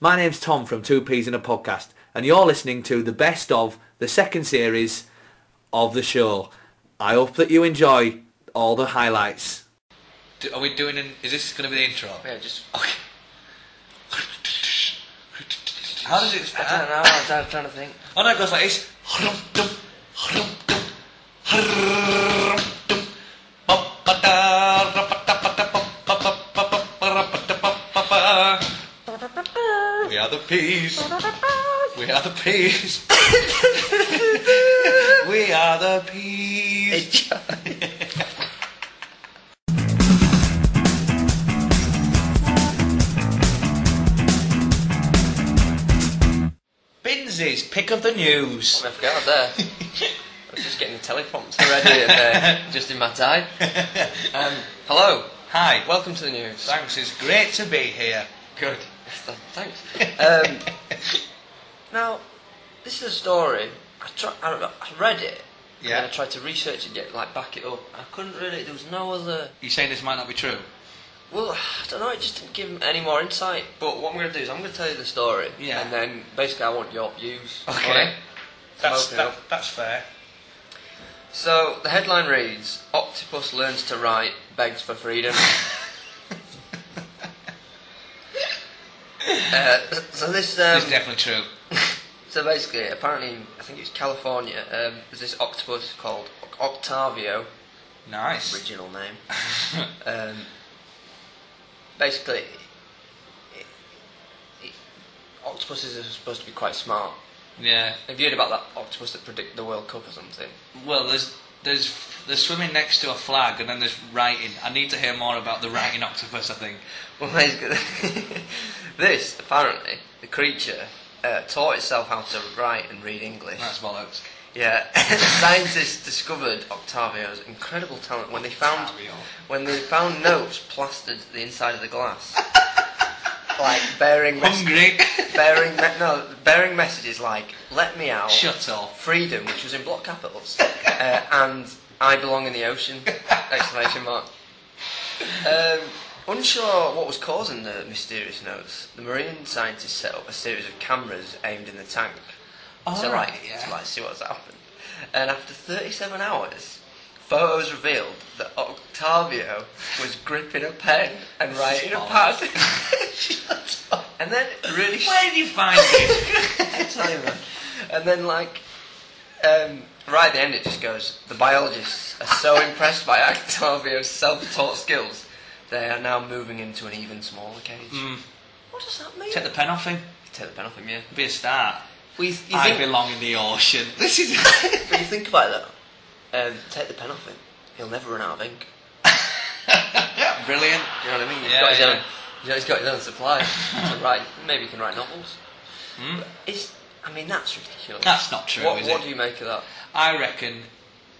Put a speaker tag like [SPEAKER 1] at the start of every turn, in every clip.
[SPEAKER 1] My name's Tom from Two Peas in a Podcast, and you're listening to the best of the second series of the show. I hope that you enjoy all the highlights. are we doing? An, is this going to be the intro?
[SPEAKER 2] Yeah, just.
[SPEAKER 1] Okay. How does it start?
[SPEAKER 2] I don't know. I was out trying to think.
[SPEAKER 1] Oh no, it goes like this. Hrum-dum, hrum-dum, hrum-dum, ba-ba-da, ra-ba-da-ba-da, ba-ba-ba-ba, ba-ra-ba-da-ba-ba-ba. We are the peas. We are the peas. we are the peas. Binsley's pick of the news.
[SPEAKER 2] I forgot there. I was just getting the teleprompter ready and uh, just in my time. Um, hello.
[SPEAKER 1] Hi. Well,
[SPEAKER 2] Welcome to the news.
[SPEAKER 1] thanks. It's great to be here.
[SPEAKER 2] Good. Thanks. Um, now, this is a story. I, try, I, I read it. And
[SPEAKER 1] Yeah.
[SPEAKER 2] then I tried to research it, get like back it up. I couldn't really. There was no other.
[SPEAKER 1] You're saying this might not be true?
[SPEAKER 2] Well, I don't know. It just didn't give any more insight. But what I'm going to do is I'm going to tell you the story.
[SPEAKER 1] Yeah.
[SPEAKER 2] And then basically I want your views.
[SPEAKER 1] Okay.
[SPEAKER 2] on it.
[SPEAKER 1] That's,
[SPEAKER 2] Smoking
[SPEAKER 1] that,
[SPEAKER 2] up.
[SPEAKER 1] that's fair.
[SPEAKER 2] So the headline reads: Octopus learns to write, begs for freedom. uh, so this, um,
[SPEAKER 1] it's definitely true.
[SPEAKER 2] so basically, apparently, I think it's California. Um, there's this octopus called Octavio,
[SPEAKER 1] Nice.
[SPEAKER 2] original name. um, basically, it- it- octopuses are supposed to be quite smart.
[SPEAKER 1] yeah.
[SPEAKER 2] Have you heard about that octopus that predict the World Cup or something?
[SPEAKER 1] Well, there's there's there's swimming next to a flag, and then there's writing. I need to hear more about the writing octopus. I think.
[SPEAKER 2] Well, he's good. this, apparently, the creature uh, taught itself how to write and read English.
[SPEAKER 1] That's bollocks.
[SPEAKER 2] Yeah, scientists discovered Octavio's incredible talent when they found
[SPEAKER 1] Octavio.
[SPEAKER 2] when they found notes plastered to the inside of the glass, like bearing mes-
[SPEAKER 1] Hungry.
[SPEAKER 2] bearing me- no bearing messages like "Let me out,"
[SPEAKER 1] Shut up.
[SPEAKER 2] "Freedom," which was in block capitals, uh, and "I belong in the ocean!" exclamation mark. Um, unsure what was causing the mysterious notes, the marine scientists set up a series of cameras aimed in the tank
[SPEAKER 1] All
[SPEAKER 2] to,
[SPEAKER 1] right,
[SPEAKER 2] like,
[SPEAKER 1] yeah.
[SPEAKER 2] to like see what's happened. And after 37 hours, photos revealed that Octavio was gripping a pen and writing a
[SPEAKER 1] bollocks.
[SPEAKER 2] pad. and then it really
[SPEAKER 1] Where did you find it?
[SPEAKER 2] I tell you, man. And then, like, um, right at the end, it just goes the biologists are so impressed by Octavio's self taught skills, they are now moving him to an even smaller cage. What does that mean?
[SPEAKER 1] Hmm. Take the pen off him.
[SPEAKER 2] Take the pen off him, yeah.
[SPEAKER 1] Be a start.
[SPEAKER 2] Well, you, you,
[SPEAKER 1] I
[SPEAKER 2] think,
[SPEAKER 1] belong in the ocean. This is.
[SPEAKER 2] but you think about it, though. Um, take the pen off him, he'll never run out of ink.
[SPEAKER 1] Brilliant.
[SPEAKER 2] Do you know what I mean? He's
[SPEAKER 1] Yeah,
[SPEAKER 2] got his
[SPEAKER 1] yeah.
[SPEAKER 2] own. You know, he's got his own supply to write. Maybe he can write novels. It's. I mean, that's ridiculous.
[SPEAKER 1] Hmm? That's not true,
[SPEAKER 2] What,
[SPEAKER 1] is
[SPEAKER 2] what
[SPEAKER 1] it?
[SPEAKER 2] do you make of that?
[SPEAKER 1] I reckon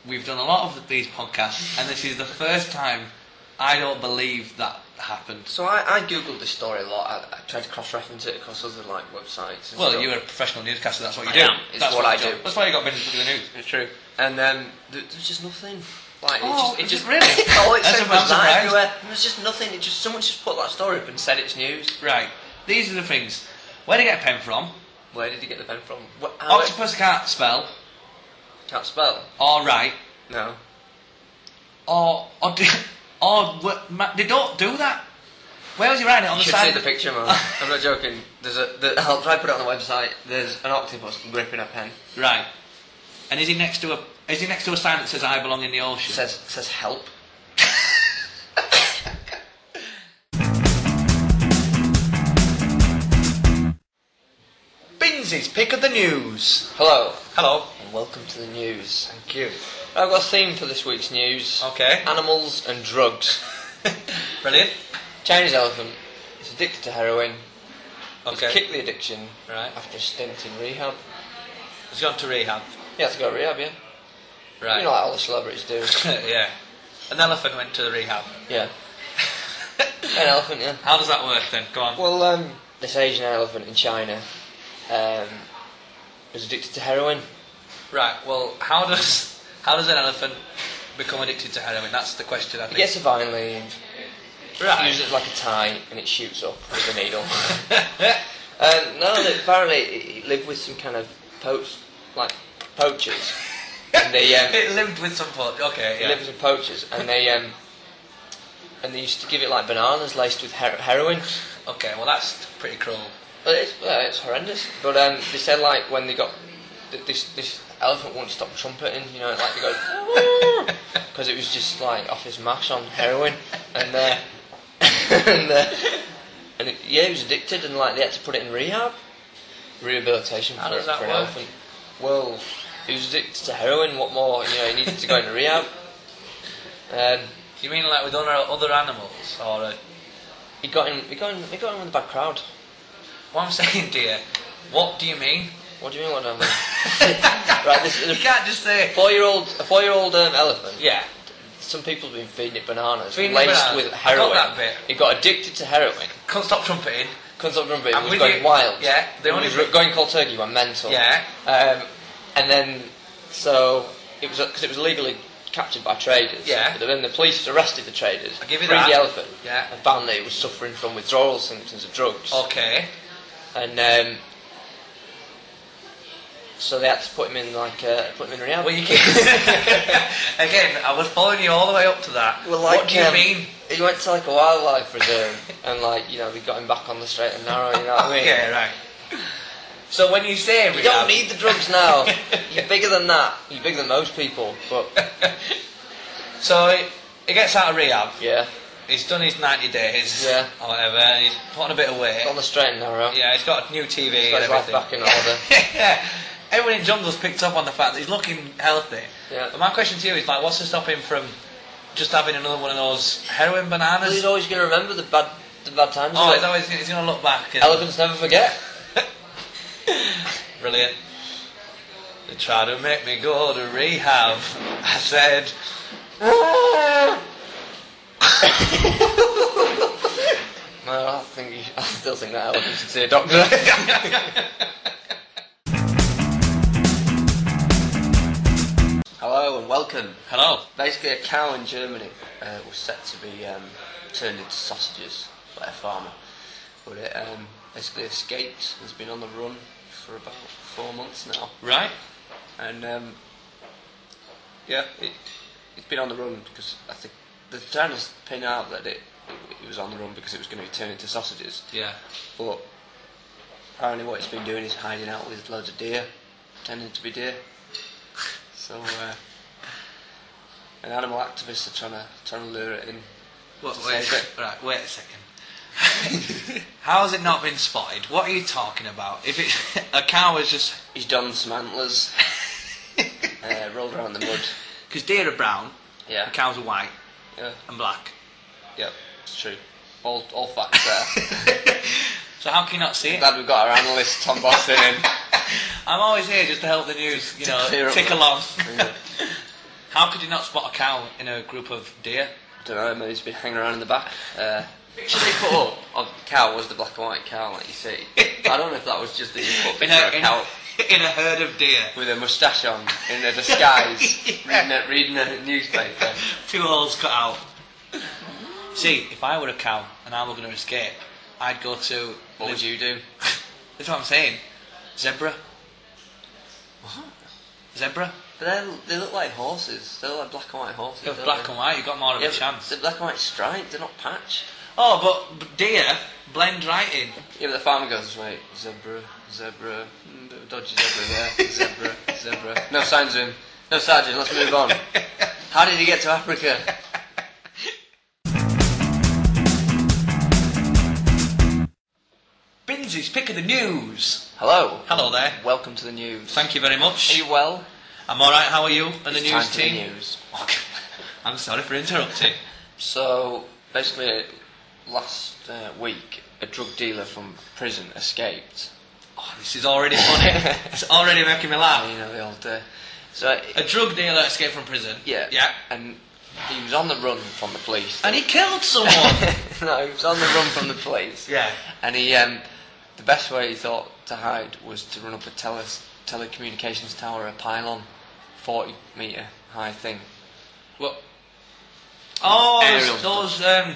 [SPEAKER 1] we've done a lot of these podcasts, and this is the first time I don't believe that happened.
[SPEAKER 2] So I, I googled this story a lot. I, I tried to cross-reference it across other like websites. And
[SPEAKER 1] Well,
[SPEAKER 2] stuff.
[SPEAKER 1] you're a professional newscaster. That's what you
[SPEAKER 2] I
[SPEAKER 1] do.
[SPEAKER 2] am. It's
[SPEAKER 1] that's
[SPEAKER 2] what I
[SPEAKER 1] you
[SPEAKER 2] do.
[SPEAKER 1] That's why you got business to do the news.
[SPEAKER 2] It's true. And um, th- there's just nothing. Like
[SPEAKER 1] Oh,
[SPEAKER 2] it
[SPEAKER 1] is
[SPEAKER 2] just,
[SPEAKER 1] it
[SPEAKER 2] it just
[SPEAKER 1] really?
[SPEAKER 2] all it
[SPEAKER 1] That's
[SPEAKER 2] said
[SPEAKER 1] a- I'm
[SPEAKER 2] was that
[SPEAKER 1] surprised.
[SPEAKER 2] everywhere. There was just nothing. It just someone just put that story up and said it's news.
[SPEAKER 1] Right. These are the things. Where do you get a pen from?
[SPEAKER 2] Where did you get the pen from? What, how
[SPEAKER 1] Octopus can't spell,
[SPEAKER 2] Can't spell.
[SPEAKER 1] or write,
[SPEAKER 2] No.
[SPEAKER 1] or or, do, or what- ma- they don't do that. Where was he writing it on the
[SPEAKER 2] You should
[SPEAKER 1] side?
[SPEAKER 2] see the picture, man. I'm not joking. There's a. The, I'll try to put it on the website. There's an octopus gripping a pen.
[SPEAKER 1] Right. And is he next to a is he next to a sign that says "I belong in the ocean"?
[SPEAKER 2] It says says help.
[SPEAKER 1] Binzi's pick of the news.
[SPEAKER 2] Hello
[SPEAKER 1] Hello.
[SPEAKER 2] and welcome to the news.
[SPEAKER 1] Thank you.
[SPEAKER 2] I've got a theme for this week's news.
[SPEAKER 1] Okay.
[SPEAKER 2] Animals and drugs.
[SPEAKER 1] Brilliant.
[SPEAKER 2] Chinese elephant is addicted to heroin. He's
[SPEAKER 1] Okay.
[SPEAKER 2] kicked the addiction
[SPEAKER 1] Right.
[SPEAKER 2] after a stint in rehab.
[SPEAKER 1] He's gone to rehab.
[SPEAKER 2] He had to go to rehab, yeah.
[SPEAKER 1] Right.
[SPEAKER 2] You know, like all the celebrities do.
[SPEAKER 1] yeah. An elephant went to the rehab.
[SPEAKER 2] yeah. An elephant, yeah.
[SPEAKER 1] How does that work then? Go on.
[SPEAKER 2] Well, um, this Asian elephant in China um, was addicted to heroin.
[SPEAKER 1] Right. Well, how does how does an elephant become addicted to heroin? That's the question. I
[SPEAKER 2] He
[SPEAKER 1] think.
[SPEAKER 2] gets a vine leaf,
[SPEAKER 1] Right.
[SPEAKER 2] uses it like a tie, and it shoots up with a needle. Um, no, that apparently he lived with some kind of poach, like poachers. and they, um,
[SPEAKER 1] It lived with some pot. Okay,
[SPEAKER 2] he
[SPEAKER 1] yeah.
[SPEAKER 2] lived with poachers, and they um, and they used to give it like bananas laced with her- heroin.
[SPEAKER 1] Okay, well that's pretty cruel.
[SPEAKER 2] Well, it's, well, it's horrendous. But um, they said like when they got th- this this elephant wouldn't stop trumpeting, you know, like they go because it was just like off his mash on heroin, and uh, and uh, and it, yeah, he was addicted, and like they had to put it in rehab, rehabilitation
[SPEAKER 1] How
[SPEAKER 2] for,
[SPEAKER 1] does that
[SPEAKER 2] for an
[SPEAKER 1] work?
[SPEAKER 2] elephant. Well, he was addicted to heroin. What more? You know, he needed to go into rehab. Um,
[SPEAKER 1] You mean like with other other animals, or uh,
[SPEAKER 2] he got him. He got him. He got him with a bad crowd.
[SPEAKER 1] what I'm saying, dear? What do you mean?
[SPEAKER 2] What do you mean? What do I mean? right, this is
[SPEAKER 1] You can't just say
[SPEAKER 2] Four-year-old, a four-year-old um, elephant.
[SPEAKER 1] yeah.
[SPEAKER 2] Some people have been feeding it bananas,
[SPEAKER 1] Feeding it
[SPEAKER 2] laced
[SPEAKER 1] bananas.
[SPEAKER 2] with
[SPEAKER 1] I got
[SPEAKER 2] heroin.
[SPEAKER 1] that bit.
[SPEAKER 2] It got addicted to heroin.
[SPEAKER 1] Can't stop trumpeting.
[SPEAKER 2] Comes up remember, it
[SPEAKER 1] I'm
[SPEAKER 2] was
[SPEAKER 1] with
[SPEAKER 2] going
[SPEAKER 1] you.
[SPEAKER 2] wild.
[SPEAKER 1] Yeah, the
[SPEAKER 2] It
[SPEAKER 1] only
[SPEAKER 2] was
[SPEAKER 1] re-
[SPEAKER 2] re- going cold turkey. Went mental.
[SPEAKER 1] Yeah.
[SPEAKER 2] Um, and then so it was because it was legally captured by traders.
[SPEAKER 1] Yeah.
[SPEAKER 2] But then the police arrested the traders.
[SPEAKER 1] I give you
[SPEAKER 2] freed
[SPEAKER 1] that.
[SPEAKER 2] the elephant.
[SPEAKER 1] Yeah. Oh.
[SPEAKER 2] And found that it was suffering from withdrawal symptoms of drugs.
[SPEAKER 1] Okay.
[SPEAKER 2] And um, so they had to put him in like uh, put him in rehab.
[SPEAKER 1] Well, you can. Again, I was following you all the way up to that.
[SPEAKER 2] Well, like,
[SPEAKER 1] what do you
[SPEAKER 2] um,
[SPEAKER 1] mean?
[SPEAKER 2] He went to like a wildlife reserve, and like you know, we got him back on the straight and narrow. You know what I mean?
[SPEAKER 1] Okay, right. So when you say
[SPEAKER 2] You don't need the drugs now. You're bigger than that. You're bigger than most people. But
[SPEAKER 1] so he, he gets out of rehab.
[SPEAKER 2] yeah,
[SPEAKER 1] He's done his 90 days
[SPEAKER 2] Yeah.
[SPEAKER 1] or whatever, and he's put on a bit of weight.
[SPEAKER 2] on the straight and narrow.
[SPEAKER 1] Yeah, he's got a new TV
[SPEAKER 2] He's got
[SPEAKER 1] and
[SPEAKER 2] his life
[SPEAKER 1] everything.
[SPEAKER 2] back in order.
[SPEAKER 1] yeah. Everyone in Jungle's picked up on the fact that he's looking healthy.
[SPEAKER 2] Yeah.
[SPEAKER 1] But my question to you is like, what's to stop him from just having another one of those heroin
[SPEAKER 2] Well, he's
[SPEAKER 1] bananas?
[SPEAKER 2] always going to remember the bad, the bad times.
[SPEAKER 1] Oh,
[SPEAKER 2] of
[SPEAKER 1] he's
[SPEAKER 2] it.
[SPEAKER 1] always he's gonna look back. And
[SPEAKER 2] elephants never forget.
[SPEAKER 1] Brilliant. They try to make me go to rehab. I said,
[SPEAKER 2] No, I think he, I still think that elephant should see a doctor. Hello and welcome.
[SPEAKER 1] "Hello."
[SPEAKER 2] Basically, a cow in Germany uh, was set to be um, turned into sausages by a farmer, but it um, basically escaped. It's been on the run for about four months now,
[SPEAKER 1] Right.
[SPEAKER 2] and um, yeah, it, it's been on the run because I think they're trying to pin out that it, it, it was on the run because it was going to be turned into sausages.
[SPEAKER 1] Yeah.
[SPEAKER 2] But apparently, what it's been doing is hiding out with loads of deer, pretending to be deer. So, uh, and animal activists are trying to trying to lure it in.
[SPEAKER 1] What,
[SPEAKER 2] Just
[SPEAKER 1] wait, a
[SPEAKER 2] say
[SPEAKER 1] sec- right. Wait a second. How has it not been spotted? What are you talking about? If it a cow is just
[SPEAKER 2] He's donned some antlers, uh, rolled around in the mud.
[SPEAKER 1] because deer are brown,
[SPEAKER 2] Yeah,
[SPEAKER 1] and cows are white
[SPEAKER 2] yeah,
[SPEAKER 1] and black.
[SPEAKER 2] yeah. It's true. All all facts there.
[SPEAKER 1] So how can you not see it?
[SPEAKER 2] Glad we've got our analyst Tom Boston in.
[SPEAKER 1] I'm always here just to help the news, you
[SPEAKER 2] clear
[SPEAKER 1] know,
[SPEAKER 2] up
[SPEAKER 1] tick
[SPEAKER 2] the-
[SPEAKER 1] along.
[SPEAKER 2] Yeah.
[SPEAKER 1] How could you not spot a cow in a group of deer?
[SPEAKER 2] Don't know. Maybe he's been hanging around in the back. Uh, Picture they put up of the cow was the black and white cow, like you see. I don't know if that was just the put
[SPEAKER 1] In
[SPEAKER 2] picture
[SPEAKER 1] a,
[SPEAKER 2] of a
[SPEAKER 1] in,
[SPEAKER 2] cow
[SPEAKER 1] in a herd of deer.
[SPEAKER 2] with a moustache on in a disguise,
[SPEAKER 1] Yeah.
[SPEAKER 2] reading, a, reading a newspaper.
[SPEAKER 1] Two holes cut out. See, if I were a cow and I were going to escape, I'd go to.
[SPEAKER 2] What would you do?
[SPEAKER 1] That's what I'm saying. Zebra. What? Zebra?
[SPEAKER 2] But they, they look like horses. They look like black and white horses.
[SPEAKER 1] If
[SPEAKER 2] don't
[SPEAKER 1] black
[SPEAKER 2] they?
[SPEAKER 1] and white, you've got more of
[SPEAKER 2] Yeah,
[SPEAKER 1] a chance.
[SPEAKER 2] They're black and white striped. They're not patched.
[SPEAKER 1] Oh, but b- deer blend right in.
[SPEAKER 2] Yeah, but the farmer goes, wait, zebra, zebra, mm, bit of dodgy zebra there, zebra, zebra. No signs of him. No sergeant. Let's move on. How did he get to Africa?
[SPEAKER 1] Binsley's pick of the news.
[SPEAKER 2] Hello.
[SPEAKER 1] Hello there.
[SPEAKER 2] Welcome to the news.
[SPEAKER 1] Thank you very much.
[SPEAKER 2] Are you well?
[SPEAKER 1] I'm all right. How are you? And the
[SPEAKER 2] It's
[SPEAKER 1] news
[SPEAKER 2] time for
[SPEAKER 1] team. Oh,
[SPEAKER 2] The news.
[SPEAKER 1] I'm sorry for interrupting.
[SPEAKER 2] So basically, last uh, week, a drug dealer from prison escaped.
[SPEAKER 1] Oh, this is already funny. it's already making me laugh.
[SPEAKER 2] You know the old. Uh, so
[SPEAKER 1] A drug dealer escaped from prison.
[SPEAKER 2] yeah,
[SPEAKER 1] Yeah.
[SPEAKER 2] and he was on the run from the police.
[SPEAKER 1] And he killed someone.
[SPEAKER 2] no, he was on the run from the police.
[SPEAKER 1] yeah.
[SPEAKER 2] And he, um, the best way he thought to hide was to run up a tele- telecommunications tower, a pylon, 40 metre high thing.
[SPEAKER 1] What? Oh,
[SPEAKER 2] Aerial
[SPEAKER 1] those, those um,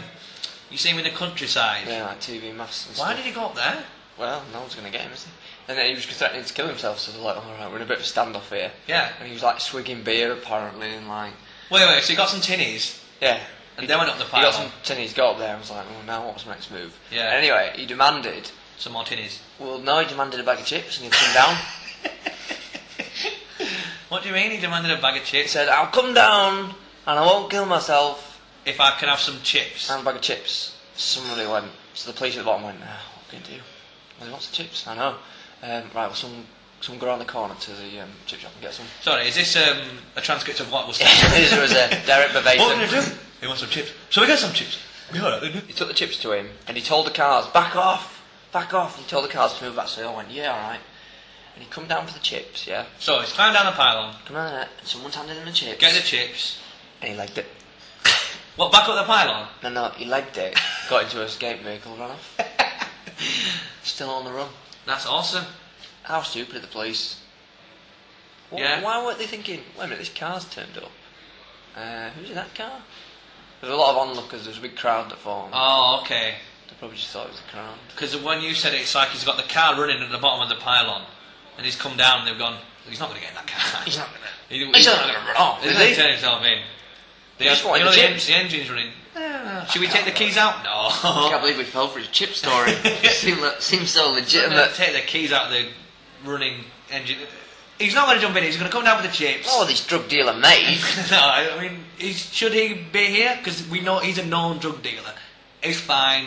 [SPEAKER 1] you see him in the countryside.
[SPEAKER 2] Yeah, like TV masts and
[SPEAKER 1] Why
[SPEAKER 2] stuff.
[SPEAKER 1] did he go up there?
[SPEAKER 2] well, no one's going to get him, is he? And then he was threatening to kill himself, so they're like, alright, we're in a bit of a standoff here.
[SPEAKER 1] Yeah.
[SPEAKER 2] And he was like swigging beer apparently, and like,
[SPEAKER 1] Wait, wait, so you got some tinnies,
[SPEAKER 2] yeah.
[SPEAKER 1] and then went up the
[SPEAKER 2] He
[SPEAKER 1] pile.
[SPEAKER 2] got some tinnies, got up there, and was like, well, now what's the next move?
[SPEAKER 1] Yeah.
[SPEAKER 2] Anyway, he demanded,
[SPEAKER 1] some more tinnies.
[SPEAKER 2] well, no, he demanded a bag of chips, and he'd come down.
[SPEAKER 1] What do you mean he demanded a bag of
[SPEAKER 2] He
[SPEAKER 1] chips?
[SPEAKER 2] said, I'll come down, and I won't kill myself,
[SPEAKER 1] If I can have some chips.
[SPEAKER 2] and a bag of chips. Somebody went, so the police at the bottom went, ah, what can we do? Well, he wants the chips, I know. Um, right, well, some, some go around the corner to the um, chip shop and get some.
[SPEAKER 1] Sorry, is this um, a transcript of what was said?
[SPEAKER 2] this was uh, Derek Bavation.
[SPEAKER 1] What are we going to do? He wants some chips. So we got some chips. We all right, then,
[SPEAKER 2] He took the chips to him and he told the cars, back off, back off. He told the cars to move back. So they all went, yeah, all right. And he come down for the chips, yeah.
[SPEAKER 1] So he's climbed down the pylon,
[SPEAKER 2] Come down there, and someone's handed him the chips.
[SPEAKER 1] get the chips.
[SPEAKER 2] and he legged it.
[SPEAKER 1] What, back up the pylon?
[SPEAKER 2] No, no, he legged it. got into a escape vehicle, ran off. Still on the run.
[SPEAKER 1] That's awesome.
[SPEAKER 2] How stupid of the police. Wh-
[SPEAKER 1] Yeah.
[SPEAKER 2] Why weren't they thinking, wait a minute, this car's turned up. Uh, who's in that car? There's a lot of onlookers, there's a big crowd that formed.
[SPEAKER 1] Oh, okay.
[SPEAKER 2] They probably just thought it was a crowd.
[SPEAKER 1] Because when you said it, it's like he's got the car running at the bottom of the pylon, and he's come down and they've gone, he's not going to get in that car.
[SPEAKER 2] He's not gonna-
[SPEAKER 1] He-
[SPEAKER 2] he's not gonna run off,
[SPEAKER 1] He's
[SPEAKER 2] is
[SPEAKER 1] not
[SPEAKER 2] he?
[SPEAKER 1] turn himself in. The,
[SPEAKER 2] just wanted
[SPEAKER 1] you know,
[SPEAKER 2] the
[SPEAKER 1] the, en-
[SPEAKER 2] chips.
[SPEAKER 1] the engine's running. Should we take
[SPEAKER 2] can't
[SPEAKER 1] the keys out?
[SPEAKER 2] I
[SPEAKER 1] No.
[SPEAKER 2] can't believe we fell for his chip story. it seemed, like- seemed so legitimate.
[SPEAKER 1] take the keys out of the running engine. He's not going to jump in. He's going to come down with the chips.
[SPEAKER 2] Oh, these drug dealer mates.
[SPEAKER 1] no, I I mean, he's, should he be here? Because we know he's a known drug dealer. He's fine.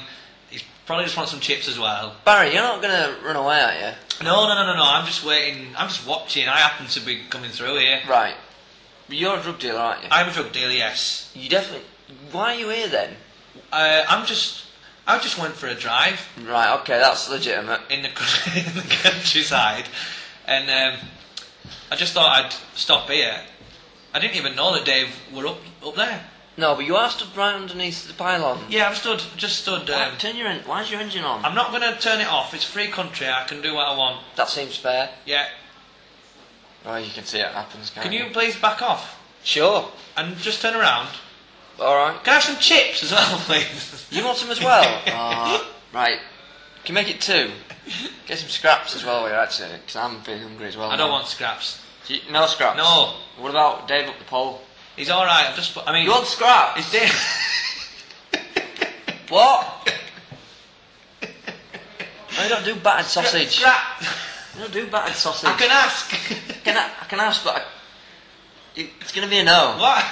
[SPEAKER 1] He's probably just wants some chips as well.
[SPEAKER 2] Barry, you're not gonna run away, are you?
[SPEAKER 1] No, no, no, no, no. I'm just waiting. I'm just watching. I happen to be coming through here.
[SPEAKER 2] Right. You're a drug dealer, aren't you?
[SPEAKER 1] I'm a drug dealer. Yes.
[SPEAKER 2] You definitely. Why are you here then?
[SPEAKER 1] Uh, I'm just. I just went for a drive
[SPEAKER 2] Right. Okay, that's legitimate.
[SPEAKER 1] in the, cou- in the countryside, and um, I just thought I'd stop here. I didn't even know that Dave were up up there.
[SPEAKER 2] No, but you are stood right underneath the pylon.
[SPEAKER 1] Yeah, I've stood, just stood.
[SPEAKER 2] Why-
[SPEAKER 1] Um,
[SPEAKER 2] turn your. En- why's your engine on?
[SPEAKER 1] I'm not going to turn it off. It's free country. I can do what I want.
[SPEAKER 2] That seems fair.
[SPEAKER 1] Yeah.
[SPEAKER 2] Well, Oh, you can see it happens. Can't
[SPEAKER 1] Can you please back off
[SPEAKER 2] Sure.
[SPEAKER 1] and just turn around?
[SPEAKER 2] All right.
[SPEAKER 1] Can I have some chips as well, please?
[SPEAKER 2] You want some as well? Ah, right. Can you make it two? Get some scraps as well, here, actually, because I'm feeling hungry as well.
[SPEAKER 1] I don't
[SPEAKER 2] now.
[SPEAKER 1] want scraps.
[SPEAKER 2] Do you- no scraps.
[SPEAKER 1] No.
[SPEAKER 2] What about Dave up the pole?
[SPEAKER 1] He's all right. I've just. put- I mean,
[SPEAKER 2] You want scraps?
[SPEAKER 1] is Dave?
[SPEAKER 2] What? no, you don't do battered sausage.
[SPEAKER 1] Scrap.
[SPEAKER 2] You don't do battered sausage.
[SPEAKER 1] I can ask.
[SPEAKER 2] Can I, I can ask, but I, it- it's gonna be a no.
[SPEAKER 1] what?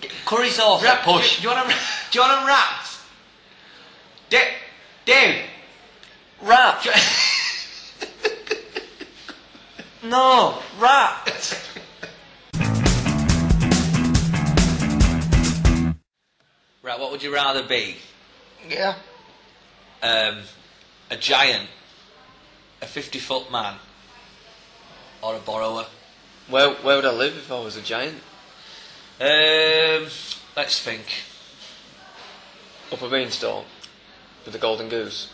[SPEAKER 2] G- Curry sauce.
[SPEAKER 1] Wrap-
[SPEAKER 2] I push.
[SPEAKER 1] Do you want them? Do you want them wrapped? Dave. Dave.
[SPEAKER 2] Wrap. No, wrap.
[SPEAKER 1] Right. What would you rather be?
[SPEAKER 2] Yeah.
[SPEAKER 1] Um, a giant, a fifty-foot man, or a borrower?
[SPEAKER 2] Where where would I live if I was a giant?
[SPEAKER 1] Um, let's think.
[SPEAKER 2] Up a beanstalk with a golden goose.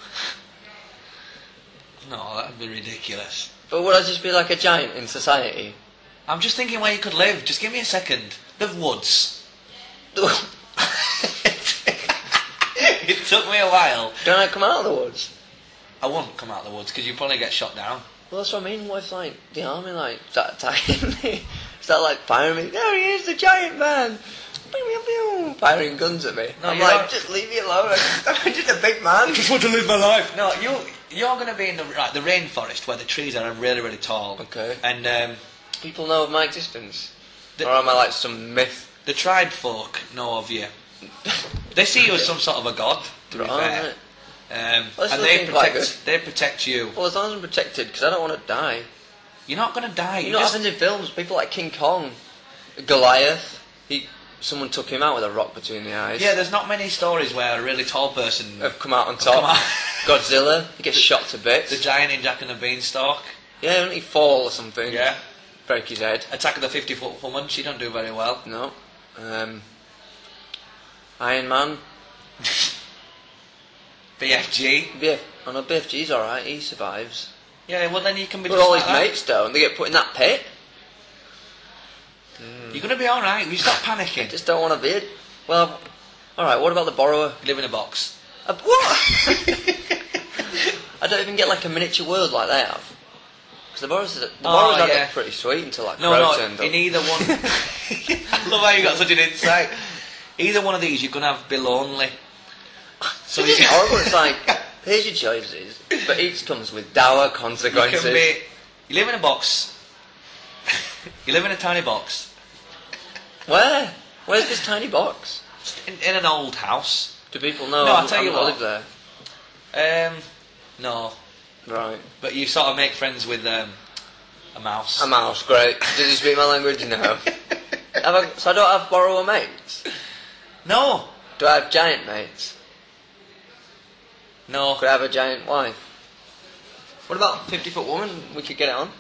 [SPEAKER 1] No, that'd be ridiculous.
[SPEAKER 2] But would I just be like a giant in society?
[SPEAKER 1] I'm just thinking where you could live. Just give me a second. The woods.
[SPEAKER 2] Don't
[SPEAKER 1] It took me a while.
[SPEAKER 2] I come out of the woods?
[SPEAKER 1] I wouldn't come out of the woods because you'd probably get shot down.
[SPEAKER 2] Well, that's what I mean. What if like the army like start attacking me? Start like firing me? There he is, the giant man. Pew, pew, pew, Firing guns at me.
[SPEAKER 1] No,
[SPEAKER 2] I'm
[SPEAKER 1] you're
[SPEAKER 2] like,
[SPEAKER 1] not-
[SPEAKER 2] just leave me alone. I'm just a big man.
[SPEAKER 1] want to live my life. No, you you're going to be in the right, the rainforest where the trees are really really tall.
[SPEAKER 2] Okay.
[SPEAKER 1] And um,
[SPEAKER 2] People know of my existence,
[SPEAKER 1] The-
[SPEAKER 2] or am I like some myth?
[SPEAKER 1] the tribe folk know of you. They see you as some sort of a god. To be fair. Um,
[SPEAKER 2] Right. Well, this
[SPEAKER 1] and
[SPEAKER 2] doesn't
[SPEAKER 1] they
[SPEAKER 2] seem quite
[SPEAKER 1] protect they protect you.
[SPEAKER 2] Well, as long as I'm protected, because I don't want to die.
[SPEAKER 1] You're not going to die.
[SPEAKER 2] You
[SPEAKER 1] You
[SPEAKER 2] know,
[SPEAKER 1] just-
[SPEAKER 2] happens in films. People like King Kong, Goliath. He, someone took him out with a rock between the eyes.
[SPEAKER 1] yeah, there's not many stories where a really tall person
[SPEAKER 2] have come out on top.
[SPEAKER 1] come out.
[SPEAKER 2] Godzilla, he gets shot to bits.
[SPEAKER 1] The giant in Jack and the Beanstalk.
[SPEAKER 2] yeah, doesn't he fall or something?
[SPEAKER 1] Yeah.
[SPEAKER 2] break his head.
[SPEAKER 1] Attack of the 50 Foot Woman. She don't do very well.
[SPEAKER 2] No. Um, Iron Man.
[SPEAKER 1] BFG.
[SPEAKER 2] Yeah. Oh no, BFG's alright, he survives.
[SPEAKER 1] Yeah, well then you can be.
[SPEAKER 2] But
[SPEAKER 1] just
[SPEAKER 2] all
[SPEAKER 1] like
[SPEAKER 2] his
[SPEAKER 1] that.
[SPEAKER 2] mates don't, they get put in that pit.
[SPEAKER 1] You're gonna be all right. You stop panicking.
[SPEAKER 2] Just don't want to be it. Well, alright, what about the borrower?
[SPEAKER 1] Live in a box.
[SPEAKER 2] Uh, what? I don't even get like a miniature world like they have. Because the Boros, the
[SPEAKER 1] Oh,
[SPEAKER 2] Boros had
[SPEAKER 1] yeah.
[SPEAKER 2] it pretty sweet until like
[SPEAKER 1] No,
[SPEAKER 2] Crow
[SPEAKER 1] no,
[SPEAKER 2] turned
[SPEAKER 1] in
[SPEAKER 2] up.
[SPEAKER 1] either one. I love how you got such an insight. Either one of these, you're gonna have Bill Only. So
[SPEAKER 2] It's just horrible. It's like here's your choices, but each comes with dour
[SPEAKER 1] you
[SPEAKER 2] consequences.
[SPEAKER 1] can be. You live in a box. you live in a tiny box
[SPEAKER 2] Where? Where's this tiny box?
[SPEAKER 1] in, in an old house.
[SPEAKER 2] Do people know?
[SPEAKER 1] No,
[SPEAKER 2] I'm-
[SPEAKER 1] I'll tell
[SPEAKER 2] I'm
[SPEAKER 1] you what.
[SPEAKER 2] not live
[SPEAKER 1] Um, no,
[SPEAKER 2] there. Right.
[SPEAKER 1] but you sort of make friends with um, a mouse.
[SPEAKER 2] A mouse, great. Did you speak my language? No. have I, so I don't have borrower mates.
[SPEAKER 1] no,
[SPEAKER 2] Do I have giant mates?
[SPEAKER 1] no.
[SPEAKER 2] Could I have a giant wife? What about fifty foot woman? We could get it on.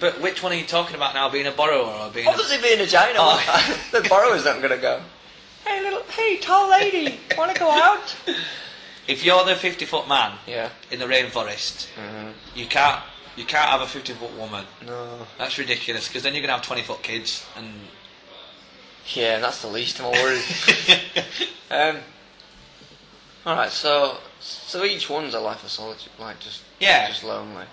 [SPEAKER 1] But which one are you talking about now? Being a borrower or being? A,
[SPEAKER 2] Obviously, being a giant, I'm
[SPEAKER 1] Oh.
[SPEAKER 2] not- the borrower's not gonna go. Hey, little, hey, tall lady, wanna go out?
[SPEAKER 1] if you're the fifty foot man
[SPEAKER 2] Yeah.
[SPEAKER 1] in the rainforest,
[SPEAKER 2] Mhm.
[SPEAKER 1] you can't you can't have a fifty foot woman.
[SPEAKER 2] No.
[SPEAKER 1] That's ridiculous because then you're gonna have twenty foot kids and
[SPEAKER 2] Yeah, that's the least of my worries. um. All right, so so each one's a life of solitude, like just
[SPEAKER 1] Yeah.
[SPEAKER 2] just lonely.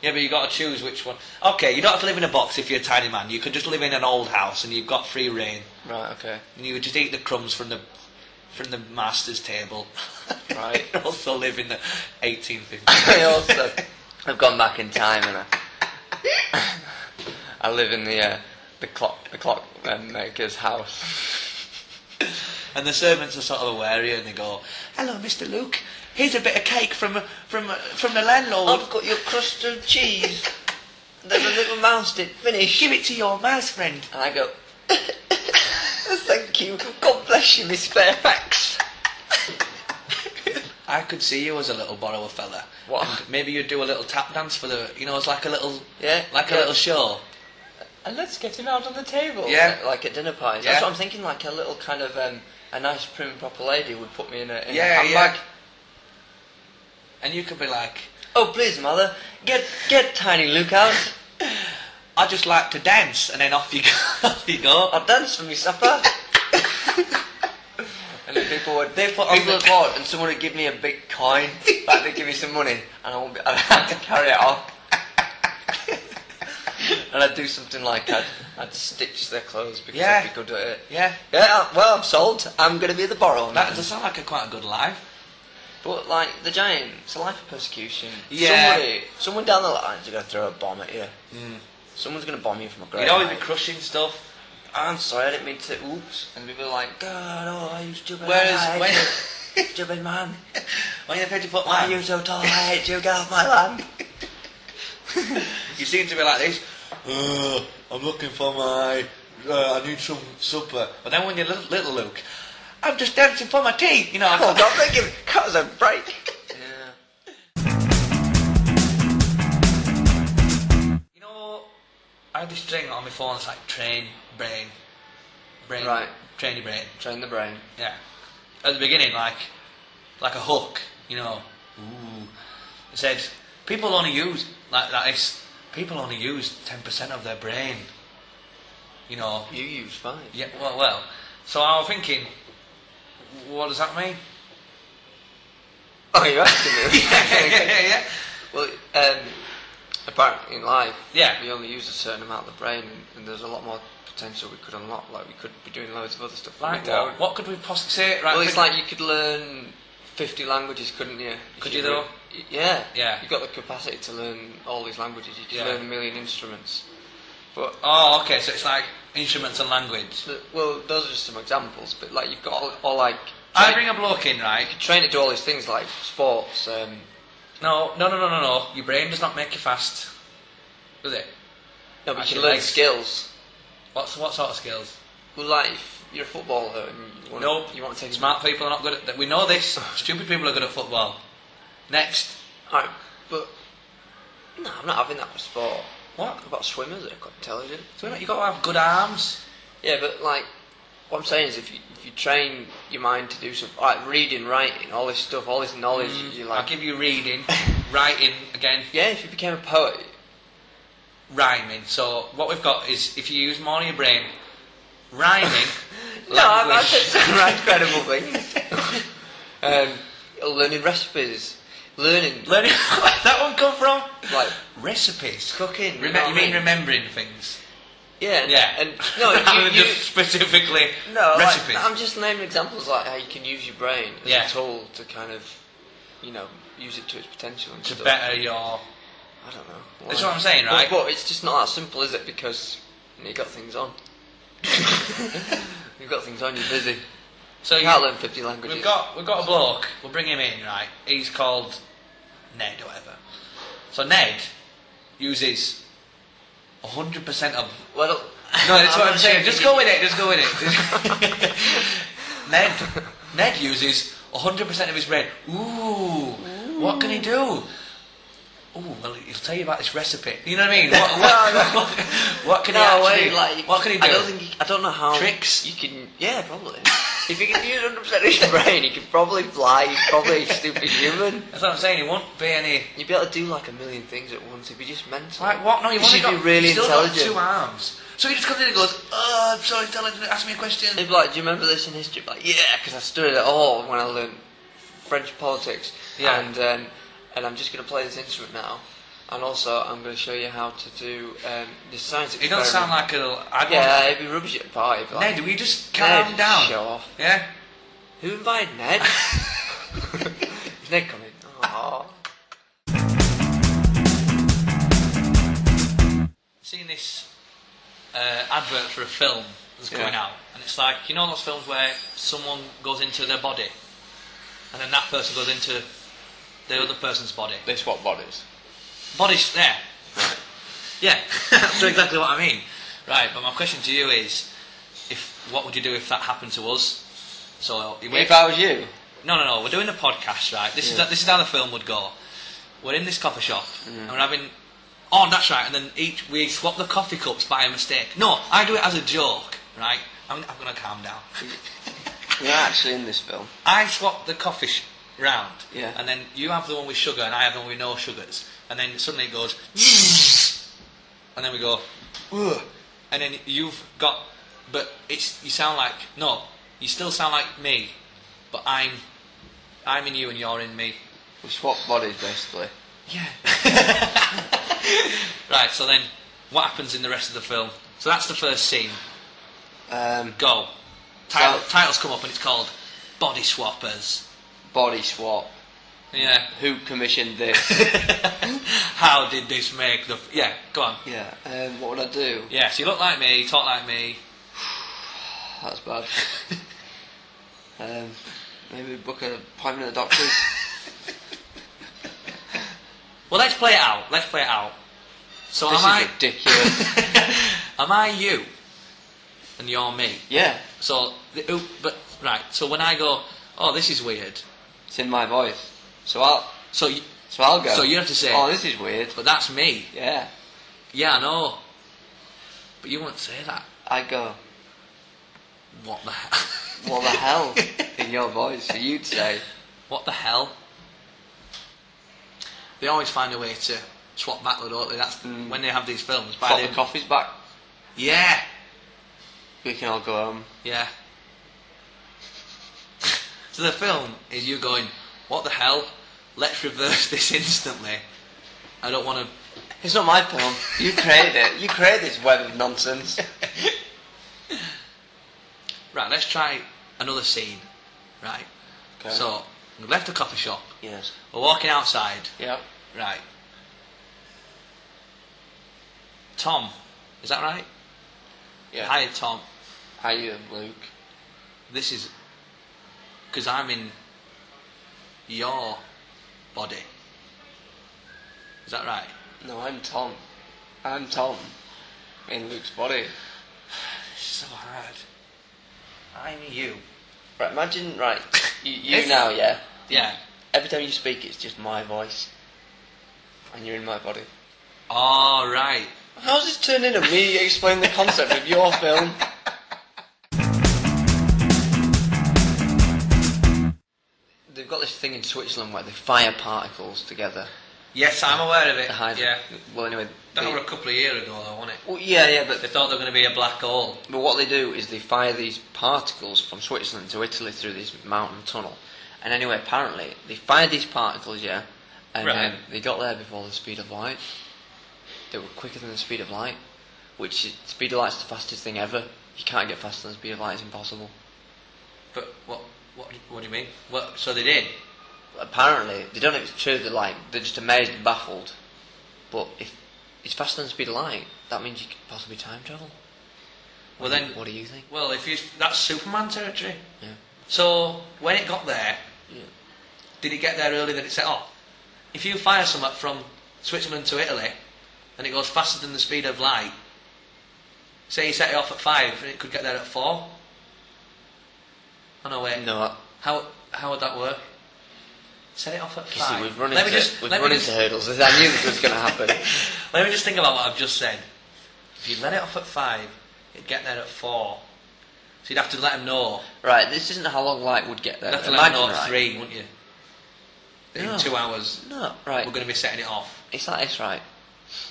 [SPEAKER 1] yeah, but you got to choose which one. Okay, you don't have to live in a box if you're a tiny man. You could just live in an old house and you've got free reign
[SPEAKER 2] Right. Okay.
[SPEAKER 1] and you would just eat the crumbs from the from the master's table.
[SPEAKER 2] Right.
[SPEAKER 1] You also live in the 1850s.
[SPEAKER 2] I also I've gone back in time and I I live in the uh, the clock the clock uh, maker's house.
[SPEAKER 1] And the servants are sort of aware of you and they go, "Hello, Mr. Luke. Here's a bit of cake from from from the landlord.
[SPEAKER 2] got your custard cheese that the little mouse did finish.
[SPEAKER 1] Give it to your mouse friend."
[SPEAKER 2] And I go, thank you. God bless you, Miss Fairfax.
[SPEAKER 1] I could see you as a little borrower fella.
[SPEAKER 2] What?
[SPEAKER 1] And maybe you'd do a little tap dance for the, you know, it's like a little,
[SPEAKER 2] Yeah,
[SPEAKER 1] like a
[SPEAKER 2] yeah.
[SPEAKER 1] little show.
[SPEAKER 2] And let's get him out on the table.
[SPEAKER 1] Yeah.
[SPEAKER 2] Like at dinner parties.
[SPEAKER 1] Yeah.
[SPEAKER 2] That's what I'm thinking, like a little kind of, um, a nice prim and proper lady would put me in a, in
[SPEAKER 1] Yeah,
[SPEAKER 2] a handbag.
[SPEAKER 1] yeah. And you could be like,
[SPEAKER 2] Oh, please, mother, get get tiny Luke out.
[SPEAKER 1] I just like to dance, and then off you go. off you go.
[SPEAKER 2] I'll dance for me supper. and then people would
[SPEAKER 1] They put on
[SPEAKER 2] people
[SPEAKER 1] the-
[SPEAKER 2] would board and someone would give me a big coin, like they'd give me some money, and I won't be, I'd have to carry it off. and I'd do something like I'd, I'd stitch their clothes because
[SPEAKER 1] Yeah.
[SPEAKER 2] I'd be good at it.
[SPEAKER 1] Yeah.
[SPEAKER 2] Yeah, I- well, I'm sold. I'm going to be the borrower.
[SPEAKER 1] That
[SPEAKER 2] Now.
[SPEAKER 1] does sound like a quite a good life.
[SPEAKER 2] But, like, the giant, it's a life of persecution.
[SPEAKER 1] Yeah.
[SPEAKER 2] Somebody, someone down the line's going to throw a bomb at you. Someone's going to bomb you from a grave.
[SPEAKER 1] You'd always be
[SPEAKER 2] height.
[SPEAKER 1] crushing stuff.
[SPEAKER 2] I'm sorry, I didn't mean to. Oops. And people are like, God, oh, you stupid.
[SPEAKER 1] Whereas
[SPEAKER 2] I hate
[SPEAKER 1] when-
[SPEAKER 2] you. stupid man,
[SPEAKER 1] When you're 50 foot
[SPEAKER 2] why
[SPEAKER 1] man,
[SPEAKER 2] are you so tall? I hate you. Get off my land.
[SPEAKER 1] you seem to be like this. "Uh, I'm looking for my. Uh, I need some supper. But then when you're little, little Luke, I'm just dancing for my tea. You know. I-
[SPEAKER 2] Oh, God, they give cut us a break. Yeah.
[SPEAKER 1] You know, I had this thing on my phone. It's like train, brain, brain,
[SPEAKER 2] Right.
[SPEAKER 1] train your brain.
[SPEAKER 2] Train the brain.
[SPEAKER 1] Yeah. At the beginning, like, like a hook. You know. Ooh. It said people only use like that. It's people only use ten percent of their brain. You know.
[SPEAKER 2] You use five.
[SPEAKER 1] Yeah. Well, well. So I was thinking, what does that mean?
[SPEAKER 2] Oh, you're asking me.
[SPEAKER 1] yeah, yeah, yeah, yeah.
[SPEAKER 2] Well, um, apparently in life,
[SPEAKER 1] Yeah.
[SPEAKER 2] we only use a certain amount of the brain, and, and there's a lot more potential we could unlock. Like we could be doing loads of other stuff. we
[SPEAKER 1] Like
[SPEAKER 2] don't.
[SPEAKER 1] what? What could we possibly say? Right.
[SPEAKER 2] Well, it's
[SPEAKER 1] quick-
[SPEAKER 2] like you could learn 50 languages, couldn't you? If
[SPEAKER 1] Could you though?
[SPEAKER 2] y- Yeah.
[SPEAKER 1] Yeah.
[SPEAKER 2] You've got the capacity to learn all these languages. You could
[SPEAKER 1] Yeah.
[SPEAKER 2] learn a million instruments. But,
[SPEAKER 1] Oh, okay. So it's like instruments and language.
[SPEAKER 2] th- well, those are just some examples. But, like, you've got all, all like...
[SPEAKER 1] I
[SPEAKER 2] train-
[SPEAKER 1] bring a bloke in, right?
[SPEAKER 2] Train to do all these things like sports, um,
[SPEAKER 1] No, no, no, no, no, no. Your brain does not make you fast, does it?
[SPEAKER 2] no, but you
[SPEAKER 1] Actually,
[SPEAKER 2] can learn
[SPEAKER 1] like-
[SPEAKER 2] skills.
[SPEAKER 1] What's what sort of skills?
[SPEAKER 2] Well, like, if you're a footballer and you want,
[SPEAKER 1] Nope.
[SPEAKER 2] you want to take...
[SPEAKER 1] smart people are not good at that. We know this. Stupid people are good at football. Next,
[SPEAKER 2] Alright, but... No, I'm not having that with sport.
[SPEAKER 1] what?
[SPEAKER 2] I've got swimmers that are quite intelligent.
[SPEAKER 1] So you got to have good arms.
[SPEAKER 2] Yeah, but like, what I'm saying is, if you if you train your mind to do something like reading, writing, all this stuff, all this knowledge, you
[SPEAKER 1] Mm. I'll
[SPEAKER 2] like.
[SPEAKER 1] give you reading, writing again,
[SPEAKER 2] yeah, if you became a poet,
[SPEAKER 1] rhyming. So what we've got is if you use more of your brain, rhyming.
[SPEAKER 2] no, I'm
[SPEAKER 1] language-
[SPEAKER 2] not some incredible things. um, learning recipes, Learning.
[SPEAKER 1] Learning where that one come from?
[SPEAKER 2] Like-
[SPEAKER 1] recipes.
[SPEAKER 2] Cooking.
[SPEAKER 1] Remem-
[SPEAKER 2] know
[SPEAKER 1] you
[SPEAKER 2] what I
[SPEAKER 1] mean remembering things?
[SPEAKER 2] Yeah.
[SPEAKER 1] Yeah.
[SPEAKER 2] And no,
[SPEAKER 1] Rather
[SPEAKER 2] you,
[SPEAKER 1] than
[SPEAKER 2] you,
[SPEAKER 1] just specifically
[SPEAKER 2] no. like,
[SPEAKER 1] recipes.
[SPEAKER 2] I'm just naming examples like how you can use your brain as
[SPEAKER 1] Yeah.
[SPEAKER 2] a tool to kind of, you know, use it to its potential and
[SPEAKER 1] to
[SPEAKER 2] stuff.
[SPEAKER 1] better your.
[SPEAKER 2] I don't know.
[SPEAKER 1] That's
[SPEAKER 2] why.
[SPEAKER 1] what I'm saying,
[SPEAKER 2] But-
[SPEAKER 1] right?
[SPEAKER 2] But, it's just not that simple, is it? Because you got things on. You've got things on. You're busy.
[SPEAKER 1] So
[SPEAKER 2] You
[SPEAKER 1] you-
[SPEAKER 2] can't learn 50 languages.
[SPEAKER 1] We've got we've got a bloke. We'll bring him in, right? He's called Ned or whatever. So Ned uses hundred percent of.
[SPEAKER 2] Well,
[SPEAKER 1] No, that's what I'm
[SPEAKER 2] not sure
[SPEAKER 1] saying.
[SPEAKER 2] if
[SPEAKER 1] Just
[SPEAKER 2] you
[SPEAKER 1] go with it. Just go with it. Ned Ned uses hundred percent of his brain. Ooh, what can he do? Ooh, well, he'll tell you about this recipe. You know what I mean? What, what, what, can
[SPEAKER 2] no,
[SPEAKER 1] he actually?
[SPEAKER 2] wait, like,
[SPEAKER 1] what can he do?
[SPEAKER 2] I don't think. he- I don't know how.
[SPEAKER 1] Tricks?
[SPEAKER 2] You can. Yeah, probably. if you can use 100 percent of your brain, you can probably fly. You're probably superhuman.
[SPEAKER 1] That's what I'm saying. He won't be any.
[SPEAKER 2] You'd be able to do like a million things at once if you just mental.
[SPEAKER 1] Like what? No, you
[SPEAKER 2] you should
[SPEAKER 1] only got
[SPEAKER 2] be really
[SPEAKER 1] he's still
[SPEAKER 2] intelligent.
[SPEAKER 1] Got two arms. So he just comes in and goes, "Oh, I'm so intelligent. Ask me a question."
[SPEAKER 2] They'd be like, do you remember this in history? Like, yeah, because I studied it all when I learned French politics.
[SPEAKER 1] Yeah.
[SPEAKER 2] And, um, and I'm just going to play this instrument now. And also, I'm going to show you how to do um, this science
[SPEAKER 1] It doesn't
[SPEAKER 2] experiment.
[SPEAKER 1] sound like a. I
[SPEAKER 2] Yeah, it'd be rubbish at a party. but
[SPEAKER 1] Ned,
[SPEAKER 2] Like,
[SPEAKER 1] will you just calm down?
[SPEAKER 2] show off.
[SPEAKER 1] Yeah.
[SPEAKER 2] Who invited Ned? Is Ned coming? Aww.
[SPEAKER 1] Seen this uh, advert for a film that's
[SPEAKER 2] Yeah.
[SPEAKER 1] coming out, and it's like you know those films where someone goes into their body, and then that person goes into the other person's body.
[SPEAKER 2] They swap bodies.
[SPEAKER 1] Body's there. Yeah, that's exactly what I mean. Right, but my question to you is, if what would you do if that happened to us? So you wake
[SPEAKER 2] If I was you,
[SPEAKER 1] No, no, no. We're doing a podcast, right? This
[SPEAKER 2] Yeah.
[SPEAKER 1] is this is how the film would go. We're in this coffee shop and we're having. Oh, that's right. And then each we swap the coffee cups by mistake. No, I do it as a joke, right? I'm, I'm gonna calm down.
[SPEAKER 2] you're not actually in this film.
[SPEAKER 1] I swap the coffee sh- round,
[SPEAKER 2] Yeah.
[SPEAKER 1] and then you have the one with sugar and I have the one with no sugars, and then suddenly it goes, and then we go, "Ugh," and then you've got, but it's you sound like no, you still sound like me, but I'm, I'm in you and you're in me.
[SPEAKER 2] We swap bodies, basically.
[SPEAKER 1] Yeah. right. So then, what happens in the rest of the film? So that's the first scene.
[SPEAKER 2] Um,
[SPEAKER 1] Go. Title,
[SPEAKER 2] So-
[SPEAKER 1] titles come up and it's called Body Swappers.
[SPEAKER 2] body swap.
[SPEAKER 1] Yeah.
[SPEAKER 2] Who commissioned this?
[SPEAKER 1] How did this make the? yeah, go on.
[SPEAKER 2] Yeah, um, what would I do?
[SPEAKER 1] Yeah, so you look like me, you talk like me.
[SPEAKER 2] That's bad. um, maybe book an appointment at the doctor's.
[SPEAKER 1] Well, let's play it out. Let's play it out. So
[SPEAKER 2] this
[SPEAKER 1] am I?
[SPEAKER 2] is ridiculous.
[SPEAKER 1] am I you? And you're me.
[SPEAKER 2] yeah,
[SPEAKER 1] So, the, oh, but right. So when I go, oh, this is weird.
[SPEAKER 2] it's in my voice. So I'll,
[SPEAKER 1] So, you,
[SPEAKER 2] so I'll go.
[SPEAKER 1] So you have to say-
[SPEAKER 2] Oh, this is weird.
[SPEAKER 1] but that's me.
[SPEAKER 2] Yeah,
[SPEAKER 1] Yeah, I know. But you won't say that.
[SPEAKER 2] I go.
[SPEAKER 1] What the hell?
[SPEAKER 2] What the hell? in your voice, so you'd say.
[SPEAKER 1] What the hell? They always find a way to swap back, though, don't they? That's
[SPEAKER 2] Mm.
[SPEAKER 1] when they have these films. By
[SPEAKER 2] Pop
[SPEAKER 1] the
[SPEAKER 2] the coffee's back.
[SPEAKER 1] yeah,
[SPEAKER 2] We can all go home.
[SPEAKER 1] yeah. so the film is you going, what the hell? Let's reverse this instantly. I don't want to.
[SPEAKER 2] It's not my film. You created it. You created this web of nonsense.
[SPEAKER 1] Right, let's try another scene. Right.
[SPEAKER 2] Okay.
[SPEAKER 1] So we left the coffee shop.
[SPEAKER 2] Yes.
[SPEAKER 1] We're walking outside.
[SPEAKER 2] Yep.
[SPEAKER 1] Right. Tom, is that right?
[SPEAKER 2] Yeah.
[SPEAKER 1] Hi, Tom.
[SPEAKER 2] Hi, you, Luke.
[SPEAKER 1] This is because I'm in your body. Is that right?
[SPEAKER 2] No, I'm Tom. I'm Tom. In Luke's body.
[SPEAKER 1] So hard. I'm you.
[SPEAKER 2] Right, imagine, right, you, you
[SPEAKER 1] It's-
[SPEAKER 2] now, yeah?
[SPEAKER 1] Yeah.
[SPEAKER 2] Every time you speak, it's just my voice. And you're in my body.
[SPEAKER 1] All right.
[SPEAKER 2] How's this turn into me explaining the concept of your film? They've got this thing in Switzerland where they fire particles together
[SPEAKER 1] Yes, I'm aware of it.
[SPEAKER 2] to hide them.
[SPEAKER 1] yeah.
[SPEAKER 2] Well, anyway.
[SPEAKER 1] That
[SPEAKER 2] they-
[SPEAKER 1] were a couple of years ago, though, wasn't it?
[SPEAKER 2] well, yeah, yeah, but
[SPEAKER 1] They thought they were going to be a black hole.
[SPEAKER 2] But what they do is they fire these particles from Switzerland to Italy through this mountain tunnel. And anyway, apparently they fired these particles, yeah, and
[SPEAKER 1] Right.
[SPEAKER 2] um, they got there before the speed of light. They were quicker than the speed of light, which is- speed of light's the fastest thing ever. You can't get faster than the speed of light; it's impossible.
[SPEAKER 1] But what, what, what do you mean? What, so they did?
[SPEAKER 2] Apparently, they don't know if it's true. They're like they're just amazed and baffled. But if it's faster than the speed of light, that means you could possibly time travel.
[SPEAKER 1] Well then,
[SPEAKER 2] What do you think?
[SPEAKER 1] well if you, that's Superman territory.
[SPEAKER 2] Yeah.
[SPEAKER 1] So when it got there, did it get there earlier than it set off? If you fire something from Switzerland to Italy and it goes faster than the speed of light, say you set it off at five and it could get there at four. Oh no wait.
[SPEAKER 2] No, I-
[SPEAKER 1] How how would that work? Set it off at
[SPEAKER 2] you see,
[SPEAKER 1] five.
[SPEAKER 2] we've run
[SPEAKER 1] let
[SPEAKER 2] into
[SPEAKER 1] me just
[SPEAKER 2] we've
[SPEAKER 1] let
[SPEAKER 2] run
[SPEAKER 1] me just,
[SPEAKER 2] into hurdles. I knew this was going to happen.
[SPEAKER 1] let me just think about what I've just said. If you let it off at five, it'd get there at four. So you'd have to let them know.
[SPEAKER 2] Right, this isn't how long light would get there.
[SPEAKER 1] You'd have to let
[SPEAKER 2] Imagine,
[SPEAKER 1] them know at
[SPEAKER 2] right?
[SPEAKER 1] three, wouldn't you? In
[SPEAKER 2] No.
[SPEAKER 1] two hours,
[SPEAKER 2] No, right.
[SPEAKER 1] we're going to be setting it off.
[SPEAKER 2] It's like this, right?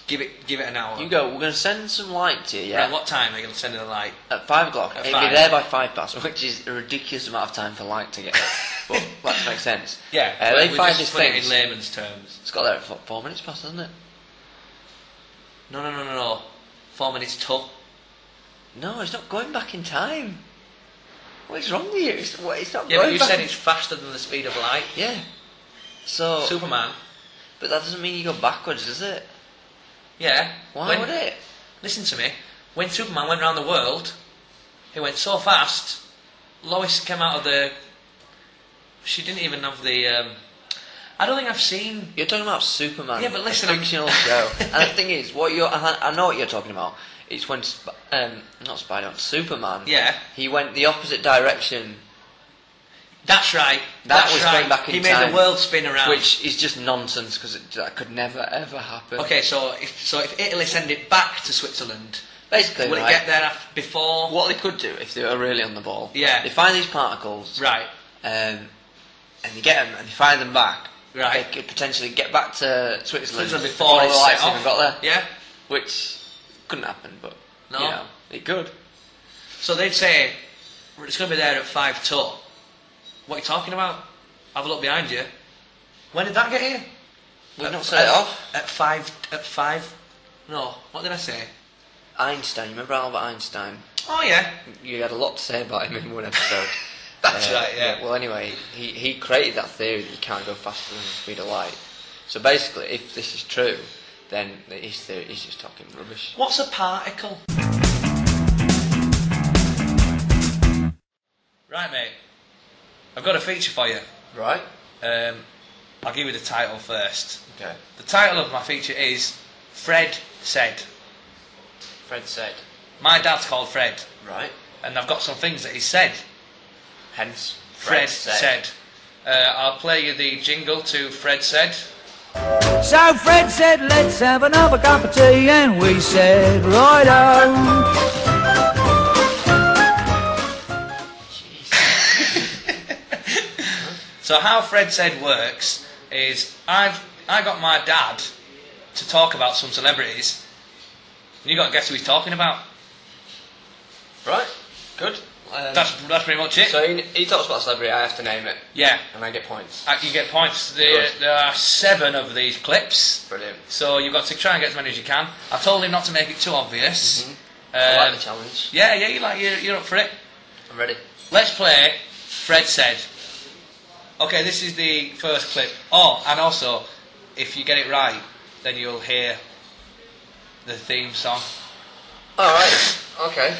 [SPEAKER 1] Give it, give it an hour.
[SPEAKER 2] You go. We're going to send some light to you. Yeah.
[SPEAKER 1] Right, what time are you going to send in the light?
[SPEAKER 2] At five o'clock.
[SPEAKER 1] At
[SPEAKER 2] It'll
[SPEAKER 1] five.
[SPEAKER 2] be there by five past, which is a ridiculous amount of time for light to get there. but that makes sense.
[SPEAKER 1] Yeah,
[SPEAKER 2] Uh,
[SPEAKER 1] well,
[SPEAKER 2] they
[SPEAKER 1] we
[SPEAKER 2] fired this
[SPEAKER 1] just put
[SPEAKER 2] thing.
[SPEAKER 1] it in layman's terms.
[SPEAKER 2] It's got there at four, four minutes past, hasn't it?
[SPEAKER 1] No, no, no, no, no. Four minutes till.
[SPEAKER 2] No, it's not going back in time. What is wrong with you? It's, what, it's not
[SPEAKER 1] Yeah,
[SPEAKER 2] going
[SPEAKER 1] but you
[SPEAKER 2] back
[SPEAKER 1] said
[SPEAKER 2] in-
[SPEAKER 1] it's faster than the speed of light.
[SPEAKER 2] Yeah. So,
[SPEAKER 1] Superman.
[SPEAKER 2] but that doesn't mean you go backwards, does it?
[SPEAKER 1] Yeah.
[SPEAKER 2] Why
[SPEAKER 1] When-
[SPEAKER 2] would it?
[SPEAKER 1] Listen to me. When Superman went around the world, he went so fast. Lois came out of the. She didn't even have the. Um, I don't think I've seen.
[SPEAKER 2] You're talking about Superman.
[SPEAKER 1] Yeah, but listen,
[SPEAKER 2] a
[SPEAKER 1] I'm-
[SPEAKER 2] fictional show. and the thing is, what you're, I, I know what you're talking about. It's when, Sp- um, not Spider-Man, Superman.
[SPEAKER 1] Yeah.
[SPEAKER 2] He went the opposite direction,
[SPEAKER 1] That's right.
[SPEAKER 2] That
[SPEAKER 1] that's
[SPEAKER 2] was
[SPEAKER 1] right.
[SPEAKER 2] going back in
[SPEAKER 1] He made
[SPEAKER 2] time.
[SPEAKER 1] the world spin around.
[SPEAKER 2] which is just nonsense because that could never ever happen.
[SPEAKER 1] Okay, so if so, if Italy send it back to Switzerland,
[SPEAKER 2] Basically,
[SPEAKER 1] will
[SPEAKER 2] right,
[SPEAKER 1] it get there af before?
[SPEAKER 2] what they could do if they were really on the ball,
[SPEAKER 1] Yeah.
[SPEAKER 2] they find these particles,
[SPEAKER 1] Right.
[SPEAKER 2] um, and they get them and they fire them back.
[SPEAKER 1] Right.
[SPEAKER 2] They could potentially get back to Switzerland,
[SPEAKER 1] Switzerland before,
[SPEAKER 2] the
[SPEAKER 1] it's
[SPEAKER 2] lights
[SPEAKER 1] set off.
[SPEAKER 2] even got there,
[SPEAKER 1] Yeah.
[SPEAKER 2] which couldn't happen, but
[SPEAKER 1] No.
[SPEAKER 2] you know, it could.
[SPEAKER 1] So they'd say, well, it's going to be there at five till. What are you talking about? Have a look behind you. When did that get here?
[SPEAKER 2] We've
[SPEAKER 1] At-
[SPEAKER 2] not set it
[SPEAKER 1] at-
[SPEAKER 2] off.
[SPEAKER 1] At five. At five. No. What did I say?
[SPEAKER 2] Einstein, you remember Albert Einstein?
[SPEAKER 1] Oh yeah.
[SPEAKER 2] You had a lot to say about him in one episode. Uh,
[SPEAKER 1] That's right, yeah.
[SPEAKER 2] Well, anyway, he, he created that theory that you can't go faster than the speed of light. So basically, if this is true, then his theory is just talking rubbish.
[SPEAKER 1] What's a particle? Right, mate. I've got a feature for you.
[SPEAKER 2] Right?
[SPEAKER 1] Um, I'll give you the title first.
[SPEAKER 2] Okay.
[SPEAKER 1] The title of my feature is Fred Said.
[SPEAKER 2] Fred said,
[SPEAKER 1] My dad's called Fred,
[SPEAKER 2] right?
[SPEAKER 1] and I've got some things that he said.
[SPEAKER 2] Hence,
[SPEAKER 1] Fred, said. Uh, I'll play you the jingle to Fred said.
[SPEAKER 3] So Fred said, let's have another cup of tea, and we said, right on.
[SPEAKER 1] So how Fred said works is I've I got my dad to talk about some celebrities. You got to guess who he's talking about.
[SPEAKER 2] Right? Good. Um,
[SPEAKER 1] That's that's pretty much it.
[SPEAKER 2] so he, he talks about celebrity, I have to name it,
[SPEAKER 1] yeah,
[SPEAKER 2] and I get points.
[SPEAKER 1] I can get points. There,
[SPEAKER 2] Good.
[SPEAKER 1] there are seven of these clips.
[SPEAKER 2] Brilliant.
[SPEAKER 1] So you've got to try and get as many as you can. I told him not to make it too obvious.
[SPEAKER 2] Mm-hmm. I
[SPEAKER 1] Um,
[SPEAKER 2] like the challenge.
[SPEAKER 1] yeah, yeah, you like you're, you're up for it.
[SPEAKER 2] I'm ready.
[SPEAKER 1] Let's play Fred Said. Okay, this is the first clip. Oh, and also, if you get it right, then you'll hear the theme song.
[SPEAKER 2] Alright, okay.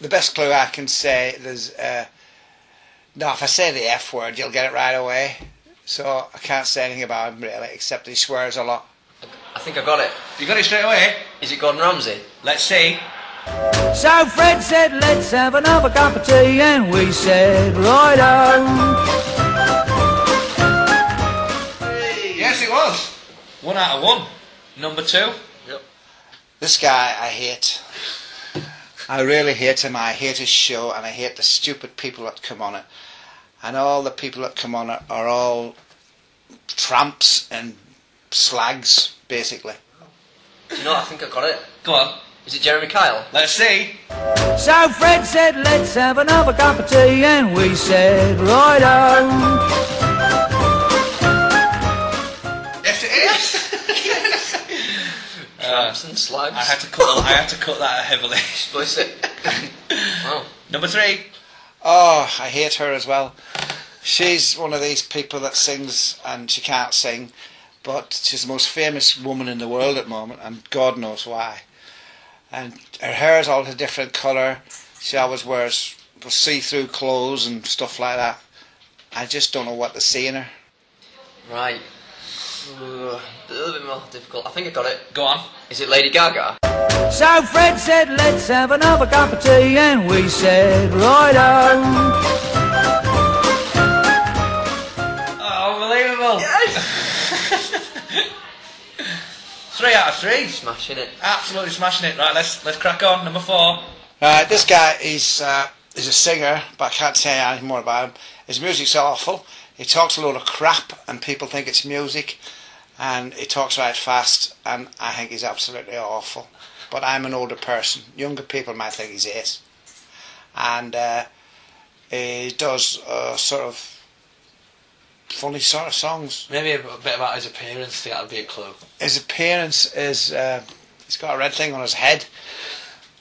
[SPEAKER 4] the best clue I can say there's uh, no if I say the F word you'll get it right away so I can't say anything about him really except that he swears a lot
[SPEAKER 2] I think I got it.
[SPEAKER 1] You got it straight away?
[SPEAKER 2] Is it Gordon Ramsay?
[SPEAKER 1] Let's see.
[SPEAKER 3] So Fred said, let's have another cup of tea, and we said, right on.
[SPEAKER 1] Yes, it was. One out of one. Number two.
[SPEAKER 4] this guy I hate I really hate him I hate his show and I hate the stupid people that come on it and all the people that come on it are all tramps and slags basically
[SPEAKER 2] Do you know, I think I got it.
[SPEAKER 1] Go on.
[SPEAKER 2] Is it Jeremy Kyle?
[SPEAKER 1] Let's see.
[SPEAKER 3] So Fred said, let's have another cup of tea, and we said, right on.
[SPEAKER 2] Tramps and slags.
[SPEAKER 1] Uh, I had to cut. I had to cut that heavily.
[SPEAKER 2] Explicit. wow.
[SPEAKER 1] Number three.
[SPEAKER 4] Oh, I hate her as well. She's one of these people that sings and she can't sing, but she's the most famous woman in the world at the moment, and God knows why. And her hair's always a different colour. She always wears see-through clothes and stuff like that. I just don't know what to see in her.
[SPEAKER 2] Right. Uh, a little bit more difficult. I think I got it.
[SPEAKER 1] Go on.
[SPEAKER 2] Is it Lady Gaga?
[SPEAKER 3] So Fred said, let's have another cup of tea, and we said, right on.
[SPEAKER 1] Oh, unbelievable. three out of three.
[SPEAKER 2] Smashing it.
[SPEAKER 1] Absolutely smashing it. Right, let's let's crack on. Number four.
[SPEAKER 4] Right, Uh, this guy is uh, is a singer, but I can't say anything more about him. His music's awful. He talks a lot of crap, and people think it's music. And he talks right fast, and I think he's absolutely awful. But I'm an older person. Younger people might think he's ace. And uh, he does uh, sort of funny sort of songs.
[SPEAKER 1] Maybe a bit about his appearance. That would be a clue.
[SPEAKER 4] His appearance is uh, he's got a red thing on his head.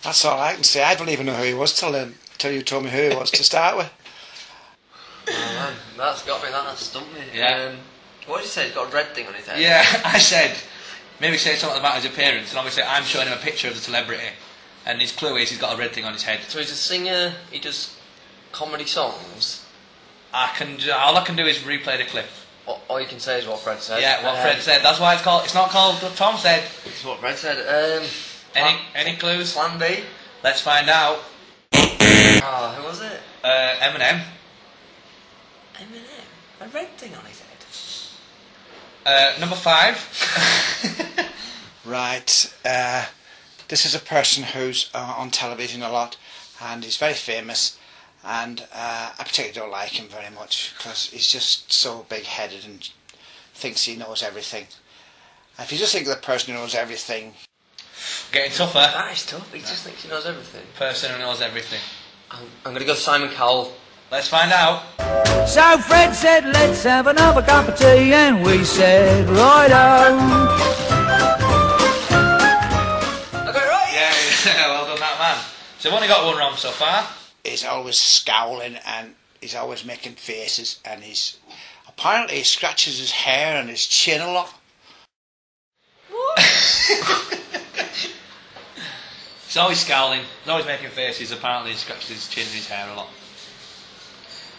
[SPEAKER 4] That's all I can say. I don't even know who he was till um, till you told me who he was to start with.
[SPEAKER 2] That's got me. That has stumped me.
[SPEAKER 1] Yeah.
[SPEAKER 2] Um, what did you say? He's got a red thing on his head.
[SPEAKER 1] Yeah, I said maybe say something about his appearance, and obviously I'm showing him a picture of the celebrity, and his clue is he's got a red thing on his head.
[SPEAKER 2] So he's a singer. He does comedy songs.
[SPEAKER 1] I can ju- all I can do is replay the clip.
[SPEAKER 2] All, all you can say is what Fred said.
[SPEAKER 1] Yeah, what
[SPEAKER 2] Um,
[SPEAKER 1] Fred said. That's why it's called. It's not called what Tom said.
[SPEAKER 2] It's what Fred said. Um,
[SPEAKER 1] Any
[SPEAKER 2] Plan-
[SPEAKER 1] any clues?
[SPEAKER 2] Plan B.
[SPEAKER 1] Let's find out.
[SPEAKER 2] Ah, who was it?
[SPEAKER 1] Uh, Eminem.
[SPEAKER 2] Eminem. A red thing on his head.
[SPEAKER 1] Uh, number five.
[SPEAKER 4] Right. Uh, this is a person who's uh, on television a lot, and he's very famous. And uh, I particularly don't like him very much because he's just so big-headed and thinks he knows everything. If you just think of the person who knows everything,
[SPEAKER 1] Getting tougher.
[SPEAKER 2] That is tough. He just thinks he knows everything.
[SPEAKER 1] Person who knows everything.
[SPEAKER 2] I'm, I'm gonna go Simon Cowell.
[SPEAKER 1] Let's find out.
[SPEAKER 3] So Fred said, let's have another cup of tea, and we said, right on.
[SPEAKER 2] I got it right.
[SPEAKER 1] Yeah, well done, that man. So we've only got one wrong so far.
[SPEAKER 4] he's always scowling and he's always making faces, and he's apparently he scratches his hair and his chin a lot.
[SPEAKER 1] He's always scowling. He's always making faces. Apparently, he scratches his chin and his hair a lot.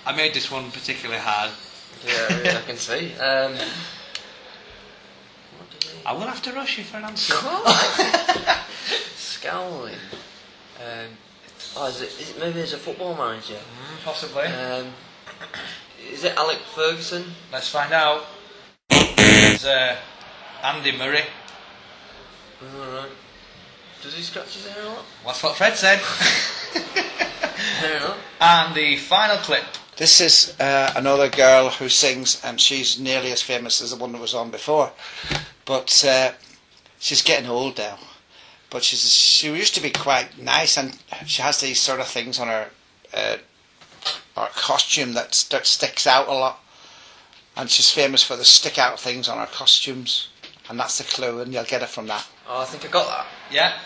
[SPEAKER 1] I made this one particularly hard.
[SPEAKER 2] Yeah, yeah, I can see. Um, what did he?
[SPEAKER 1] I will have to rush you for an answer.
[SPEAKER 2] Scowling. Um, oh, is it, is it maybe as a football manager?
[SPEAKER 1] Mm, Possibly.
[SPEAKER 2] Um, is it Alec Ferguson?
[SPEAKER 1] Let's find out. It's uh, Andy Murray.
[SPEAKER 2] Alright. Does he scratch his hair a lot?
[SPEAKER 1] That's what Fred said.
[SPEAKER 2] Fair enough.
[SPEAKER 1] and the final clip.
[SPEAKER 4] This is uh, another girl who sings, and she's nearly as famous as the one that was on before. But uh, she's getting old now. But she's she used to be quite nice, and she has these sort of things on her, uh, her costume that st- sticks out a lot. And she's famous for the stick out things on her costumes, and that's the clue, and you'll get it from that.
[SPEAKER 2] Oh, I think I got that.
[SPEAKER 1] Yeah.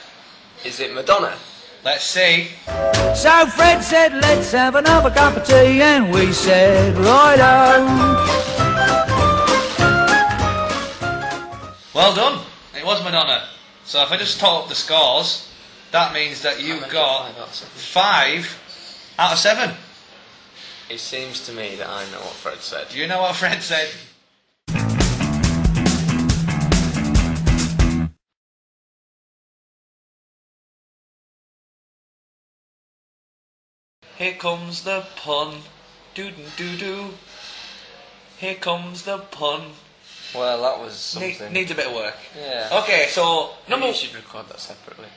[SPEAKER 2] Is it Madonna?
[SPEAKER 1] Let's see.
[SPEAKER 3] So Fred said, let's have another cup of tea, and we said, right on.
[SPEAKER 1] Well done. It was Madonna. So if I just tot up the scores, that means that you
[SPEAKER 2] I meant
[SPEAKER 1] got
[SPEAKER 2] five out of seven.
[SPEAKER 1] five out of seven.
[SPEAKER 2] It seems to me that I know what Fred said.
[SPEAKER 1] Do you know what Fred said? Here comes the pun. Doo doo doo. Here comes the pun.
[SPEAKER 2] Well, that was
[SPEAKER 1] Ne-
[SPEAKER 2] something.
[SPEAKER 1] needs a bit of work.
[SPEAKER 2] yeah.
[SPEAKER 1] Okay, so
[SPEAKER 2] Maybe
[SPEAKER 1] number
[SPEAKER 2] you should record that separately.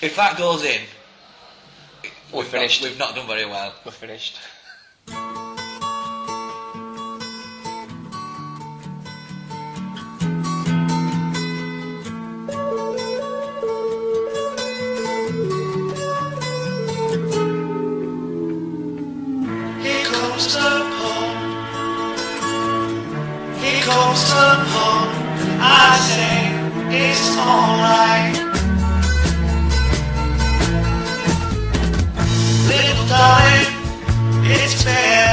[SPEAKER 1] if that goes in,
[SPEAKER 2] We're
[SPEAKER 1] not-
[SPEAKER 2] finished.
[SPEAKER 1] we've not done very well.
[SPEAKER 2] We're finished.
[SPEAKER 5] Here comes the pond. Here comes the pond.
[SPEAKER 6] I say it's alright. Little darling, it's fair.